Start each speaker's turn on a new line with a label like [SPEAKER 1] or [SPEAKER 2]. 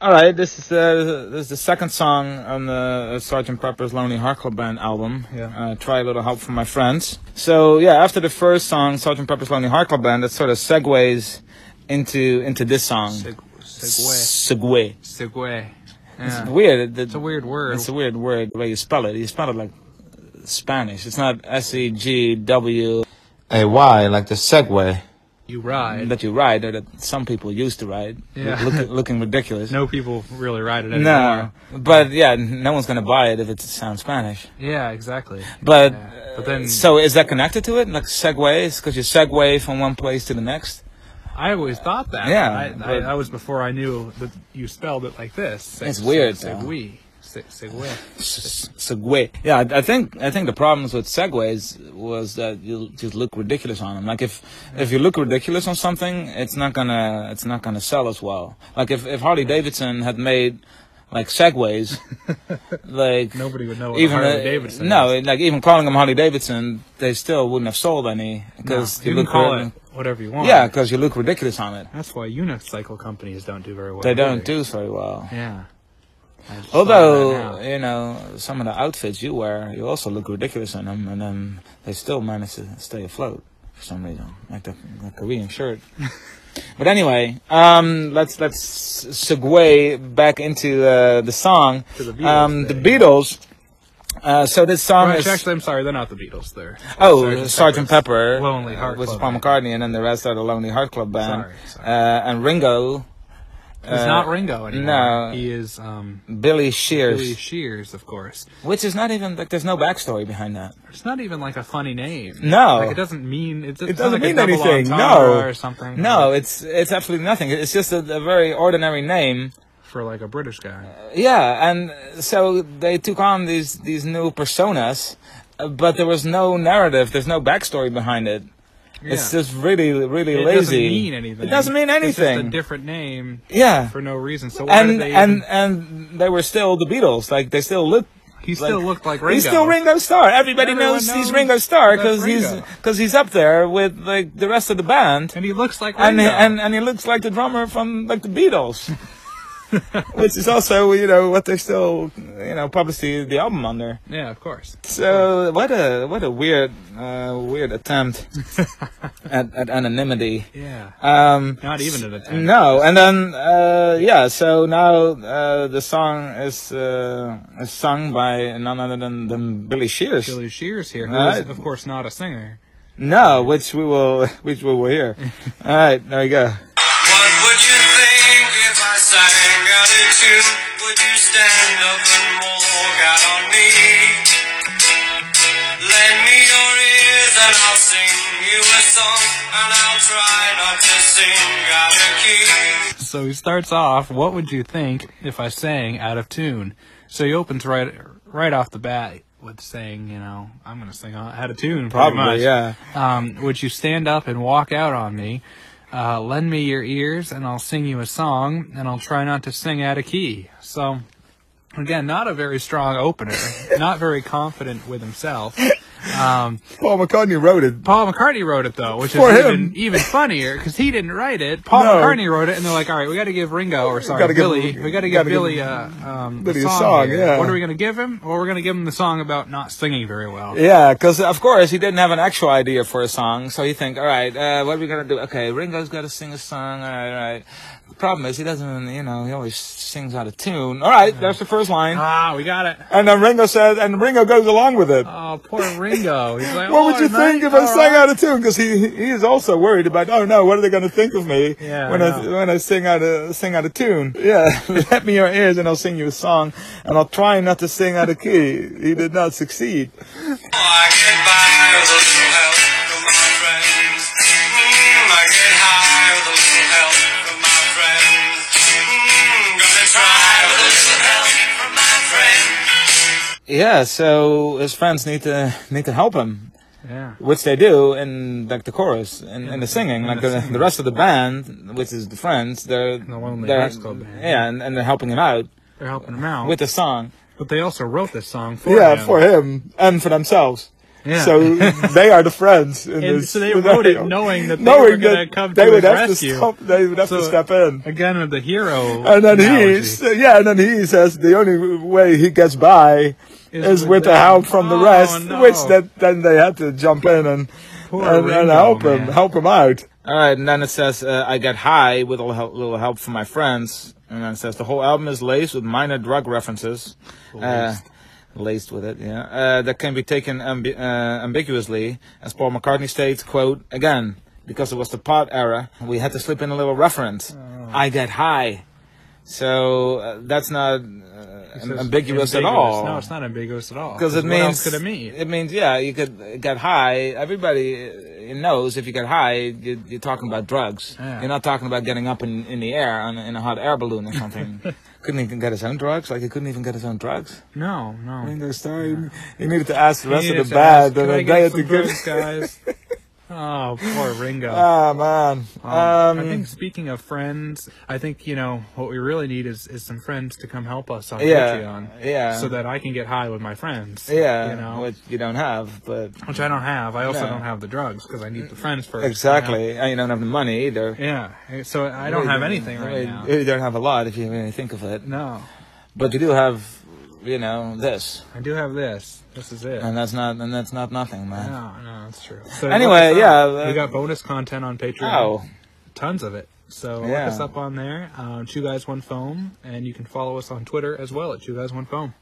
[SPEAKER 1] All right, this is uh, this is the second song on the uh, Sergeant Pepper's Lonely Heart Club Band album.
[SPEAKER 2] Yeah.
[SPEAKER 1] Uh, Try a little help from my friends. So yeah, after the first song, Sergeant Pepper's Lonely Heart Club Band, that sort of segues into into this song.
[SPEAKER 2] Seg-
[SPEAKER 1] Segue.
[SPEAKER 2] segue. Segue.
[SPEAKER 1] It's
[SPEAKER 2] Yeah.
[SPEAKER 1] weird. that-
[SPEAKER 2] It's a weird word.
[SPEAKER 1] It's a weird word the way you spell it. You spell it like Spanish. It's not S E G W A Y like the Segway
[SPEAKER 2] you ride.
[SPEAKER 1] that you ride or that some people used to ride.
[SPEAKER 2] Yeah.
[SPEAKER 1] Look, looking ridiculous.
[SPEAKER 2] no people really ride it
[SPEAKER 1] No,
[SPEAKER 2] anymore.
[SPEAKER 1] but yeah, n- no one's gonna buy it if it sounds Spanish.
[SPEAKER 2] Yeah, exactly.
[SPEAKER 1] But,
[SPEAKER 2] Yeah, but then-
[SPEAKER 1] uh, so is that connected to it? Like segues, because you segue from one place to the next.
[SPEAKER 2] I always thought that.
[SPEAKER 1] Yeah,
[SPEAKER 2] I, I,
[SPEAKER 1] but-
[SPEAKER 2] that was before I knew that you spelled it like this. Se-
[SPEAKER 1] It's weird,
[SPEAKER 2] se-
[SPEAKER 1] though.
[SPEAKER 2] Segue. Se- Segue.
[SPEAKER 1] S- Segue. Yeah, I, I think I think the problems with segues was that you just look ridiculous on them. Like if if you look ridiculous on something, it's not gonna it's not gonna sell as well. Like if if Harley Davidson had made like segways, like
[SPEAKER 2] Nobody would know what
[SPEAKER 1] even
[SPEAKER 2] a Harley
[SPEAKER 1] uh,
[SPEAKER 2] Davidson
[SPEAKER 1] no,
[SPEAKER 2] is.
[SPEAKER 1] like even calling them Harley Davidson, they still wouldn't have sold any because
[SPEAKER 2] you
[SPEAKER 1] you
[SPEAKER 2] can
[SPEAKER 1] look
[SPEAKER 2] call
[SPEAKER 1] rid-
[SPEAKER 2] it whatever you want.
[SPEAKER 1] yeah, because you look ridiculous on it.
[SPEAKER 2] That's why unicycle companies don't do very well.
[SPEAKER 1] They don't do
[SPEAKER 2] either.
[SPEAKER 1] very well.
[SPEAKER 2] Yeah. I just thought of that now.
[SPEAKER 1] Although you know some of the outfits you wear, you also look ridiculous in them, and um, they still manage to stay afloat for some reason, like the, the Korean shirt. but anyway, um, let's let's segue back into uh, the song.
[SPEAKER 2] To the Beatles
[SPEAKER 1] um, the
[SPEAKER 2] thing.
[SPEAKER 1] Beatles. Uh, so this song
[SPEAKER 2] Well,
[SPEAKER 1] is
[SPEAKER 2] actually, I'm sorry, they're not the Beatles. They're
[SPEAKER 1] oh Sergeant, Pepper,
[SPEAKER 2] Pepper's Lonely Heart
[SPEAKER 1] which is
[SPEAKER 2] Club
[SPEAKER 1] Paul
[SPEAKER 2] Band.
[SPEAKER 1] McCartney, and then the rest are the Lonely Heart Club band,
[SPEAKER 2] Sorry, sorry.
[SPEAKER 1] Uh, and Ringo,
[SPEAKER 2] He's
[SPEAKER 1] uh,
[SPEAKER 2] not Ringo anymore.
[SPEAKER 1] no.
[SPEAKER 2] he is um,
[SPEAKER 1] Billy Shears,
[SPEAKER 2] Billy Shears, of course.
[SPEAKER 1] which is not even like there's no backstory behind that.
[SPEAKER 2] It's not even like a funny name.
[SPEAKER 1] No.
[SPEAKER 2] like it doesn't mean it's, it's
[SPEAKER 1] It
[SPEAKER 2] not
[SPEAKER 1] doesn't
[SPEAKER 2] like a
[SPEAKER 1] mean
[SPEAKER 2] double
[SPEAKER 1] anything,
[SPEAKER 2] entendre
[SPEAKER 1] no.
[SPEAKER 2] or something.
[SPEAKER 1] No, it's it's absolutely nothing. It's just a, a very ordinary name. Uh,
[SPEAKER 2] for like a British guy.
[SPEAKER 1] Yeah, and so they took on these these new personas, uh, but there was no narrative. There's no backstory behind it. It's
[SPEAKER 2] Yeah.
[SPEAKER 1] just really really
[SPEAKER 2] it
[SPEAKER 1] lazy.
[SPEAKER 2] doesn't mean anything.
[SPEAKER 1] It doesn't mean
[SPEAKER 2] It's just a
[SPEAKER 1] anything.
[SPEAKER 2] different name
[SPEAKER 1] yeah.
[SPEAKER 2] for no reason. So why did
[SPEAKER 1] And
[SPEAKER 2] they
[SPEAKER 1] and
[SPEAKER 2] even-
[SPEAKER 1] and they were still the Beatles. Like they still looked.
[SPEAKER 2] he still
[SPEAKER 1] like-
[SPEAKER 2] looked like Ringo.
[SPEAKER 1] He's still Ringo Starr. Everybody
[SPEAKER 2] Everyone
[SPEAKER 1] knows,
[SPEAKER 2] knows
[SPEAKER 1] he's Ringo Starr
[SPEAKER 2] that's
[SPEAKER 1] because he's
[SPEAKER 2] Ringo.
[SPEAKER 1] because he's up there with like the rest of the band.
[SPEAKER 2] and he looks like
[SPEAKER 1] and
[SPEAKER 2] Ringo.
[SPEAKER 1] and and he looks like the drummer from like the Beatles, which is also you know what they still you know published the, the album under.
[SPEAKER 2] yeah, of course.
[SPEAKER 1] So what a what a weird uh, weird attempt at, at anonymity.
[SPEAKER 2] Yeah,
[SPEAKER 1] Um,
[SPEAKER 2] not even an attempt.
[SPEAKER 1] no, and then uh, yeah, so now uh, the song is uh, is sung by none other than, than Billy Shears.
[SPEAKER 2] Billy Shears here, who
[SPEAKER 1] Uh,
[SPEAKER 2] is, of course not a singer.
[SPEAKER 1] No, which we will which we will hear. All right, there you go.
[SPEAKER 3] What would you think if I sang out a tune? Would you stand up and walk out on me? Lend me your ears and I'll sing you a song, and I'll try not to sing out of key.
[SPEAKER 2] So he starts off, "What would you think if I sang out of tune?" So he opens right right off the bat with saying, "You know, I'm going to sing out of tune, pretty much."
[SPEAKER 1] Probably, yeah.
[SPEAKER 2] Um, would you stand up and walk out on me? Uh, lend me your ears, and I'll sing you a song, and I'll try not to sing out of key. So, again, not a very strong opener. not very confident with himself. Um,
[SPEAKER 1] Paul McCartney wrote it.
[SPEAKER 2] Paul McCartney wrote it though, which
[SPEAKER 1] For
[SPEAKER 2] is
[SPEAKER 1] him.
[SPEAKER 2] even, even funnier because he didn't write it. Paul
[SPEAKER 1] No.
[SPEAKER 2] McCartney wrote it, and they're like, "All right, we got to give Ringo or sorry
[SPEAKER 1] gotta give-
[SPEAKER 2] Billy, we got to give
[SPEAKER 1] gotta give
[SPEAKER 2] Billy a, um,
[SPEAKER 1] Billy
[SPEAKER 2] a song. here.
[SPEAKER 1] yeah.
[SPEAKER 2] What are we gonna give him? Well, we're gonna give him the song about not singing very well.
[SPEAKER 1] Yeah, because of course he didn't have an actual idea for a song, so you think, all right, uh, what are we gonna do? Okay, Ringo's got to sing a song. All right, all right. The problem is he doesn't, you know, he always sings out of tune. All right, that's the first line,
[SPEAKER 2] Ah, we got it.
[SPEAKER 1] and then Ringo says, and Ringo goes along with it.
[SPEAKER 2] Oh, poor Ringo. He's like,
[SPEAKER 1] What would you
[SPEAKER 2] "All right,
[SPEAKER 1] think if I
[SPEAKER 2] all
[SPEAKER 1] sang
[SPEAKER 2] right."
[SPEAKER 1] out of tune? Because he he is also worried about oh no, what are they going to think of me
[SPEAKER 2] Yeah,
[SPEAKER 1] when
[SPEAKER 2] I
[SPEAKER 1] I,
[SPEAKER 2] know.
[SPEAKER 1] when I sing out of sing out of tune? Yeah, let me your ears and I'll sing you a song, and I'll try not to sing out of key. He did not succeed.
[SPEAKER 3] Oh, I get by with a little help from my friends. Mm, I get high with a little help from my friends. Mm, gonna try with a little help from my friends.
[SPEAKER 1] Yeah, so his friends need to need to help him,
[SPEAKER 2] Yeah.
[SPEAKER 1] which they do in like the chorus and in, the singing.
[SPEAKER 2] in
[SPEAKER 1] Like
[SPEAKER 2] the
[SPEAKER 1] the,
[SPEAKER 2] singing.
[SPEAKER 1] the rest of the band, which is the friends, they're
[SPEAKER 2] The Lonely
[SPEAKER 1] they're,
[SPEAKER 2] Hearts Club Band.
[SPEAKER 1] Yeah, and, and they're helping him out
[SPEAKER 2] They're helping him out,
[SPEAKER 1] with the song.
[SPEAKER 2] but they also wrote this song for
[SPEAKER 1] yeah,
[SPEAKER 2] him.
[SPEAKER 1] for him and for themselves.
[SPEAKER 2] Yeah.
[SPEAKER 4] So they are the friends. In
[SPEAKER 2] And
[SPEAKER 4] this
[SPEAKER 2] so they wrote it
[SPEAKER 4] scenario.
[SPEAKER 2] knowing that they
[SPEAKER 4] Knowing
[SPEAKER 2] were going to
[SPEAKER 4] that
[SPEAKER 2] come to
[SPEAKER 4] they would
[SPEAKER 2] his
[SPEAKER 4] have
[SPEAKER 2] rescue.
[SPEAKER 4] to stop. They would have to
[SPEAKER 2] So-
[SPEAKER 4] step in.
[SPEAKER 2] Again, with the hero.
[SPEAKER 4] And then
[SPEAKER 2] analogy.
[SPEAKER 4] he, yeah, and then he says the only way he gets by
[SPEAKER 2] Is
[SPEAKER 4] is,
[SPEAKER 2] with
[SPEAKER 4] with the
[SPEAKER 2] them.
[SPEAKER 4] help from the
[SPEAKER 2] Oh,
[SPEAKER 4] rest,
[SPEAKER 2] no.
[SPEAKER 4] which that then they had to jump in and
[SPEAKER 2] Poor
[SPEAKER 4] and, and
[SPEAKER 2] Ringo,
[SPEAKER 4] help him,
[SPEAKER 2] man.
[SPEAKER 4] help him out.
[SPEAKER 1] All right, and then it says uh, I got high with a little help, little help from my friends, and then it says the whole album is laced with minor drug references, uh, laced with it, yeah, uh, that can be taken ambi- uh, ambiguously, as Paul McCartney states, "quote again." Because it was the pot era, we had to slip in a little reference.
[SPEAKER 2] Oh.
[SPEAKER 1] I get high, so uh, that's not uh, ambiguous, at all
[SPEAKER 2] No, it's not ambiguous at all.
[SPEAKER 1] because it
[SPEAKER 2] what
[SPEAKER 1] means
[SPEAKER 2] else could it mean?
[SPEAKER 1] means yeah, you could uh, get high. Everybody uh, knows if you get high, you, you're talking about drugs.
[SPEAKER 2] Yeah.
[SPEAKER 1] You're not talking about getting up in, in the air on, a- in a hot air balloon or something. couldn't even get his own drugs. Like he couldn't even get his own drugs.
[SPEAKER 2] No, no.
[SPEAKER 4] Ringo Starr, he- he needed to ask the rest
[SPEAKER 2] He
[SPEAKER 4] of
[SPEAKER 2] just
[SPEAKER 4] the band,
[SPEAKER 2] asked, "Can
[SPEAKER 4] and
[SPEAKER 2] I
[SPEAKER 4] then
[SPEAKER 2] get
[SPEAKER 4] they had
[SPEAKER 2] some
[SPEAKER 4] to give.
[SPEAKER 2] drugs, guys. oh, poor Ringo.
[SPEAKER 1] Uh,
[SPEAKER 4] Ah man,
[SPEAKER 2] Um,
[SPEAKER 4] um,
[SPEAKER 2] I think speaking of friends, I think you know what we really need is, is some friends to come help us on
[SPEAKER 1] Yeah,
[SPEAKER 2] Patreon,
[SPEAKER 1] yeah.
[SPEAKER 2] so that I can get high with my friends,
[SPEAKER 1] yeah,
[SPEAKER 2] you know,
[SPEAKER 1] which
[SPEAKER 2] which,
[SPEAKER 1] you don't have, but
[SPEAKER 2] I don't have. I also
[SPEAKER 1] No.
[SPEAKER 2] don't have the drugs because I need the friends first. you know?
[SPEAKER 1] exactly, and you don't have the money either.
[SPEAKER 2] Yeah, so I don't have anything right now.
[SPEAKER 1] You don't have a lot if you really think of it,
[SPEAKER 2] No,
[SPEAKER 1] but you do have, you know, this,
[SPEAKER 2] I do have this. This is it.
[SPEAKER 1] and that's not, and that's not nothing, man.
[SPEAKER 2] No, no, that's true. So
[SPEAKER 1] Anyway,
[SPEAKER 2] look us up.
[SPEAKER 1] yeah, uh,
[SPEAKER 2] we got bonus content on Patreon.
[SPEAKER 1] Oh,
[SPEAKER 2] tons of it. So
[SPEAKER 1] Yeah.
[SPEAKER 2] Uh, look us up on there, um, Two Guys One Foam, and you can follow us on Twitter as well at Two Guys One Foam.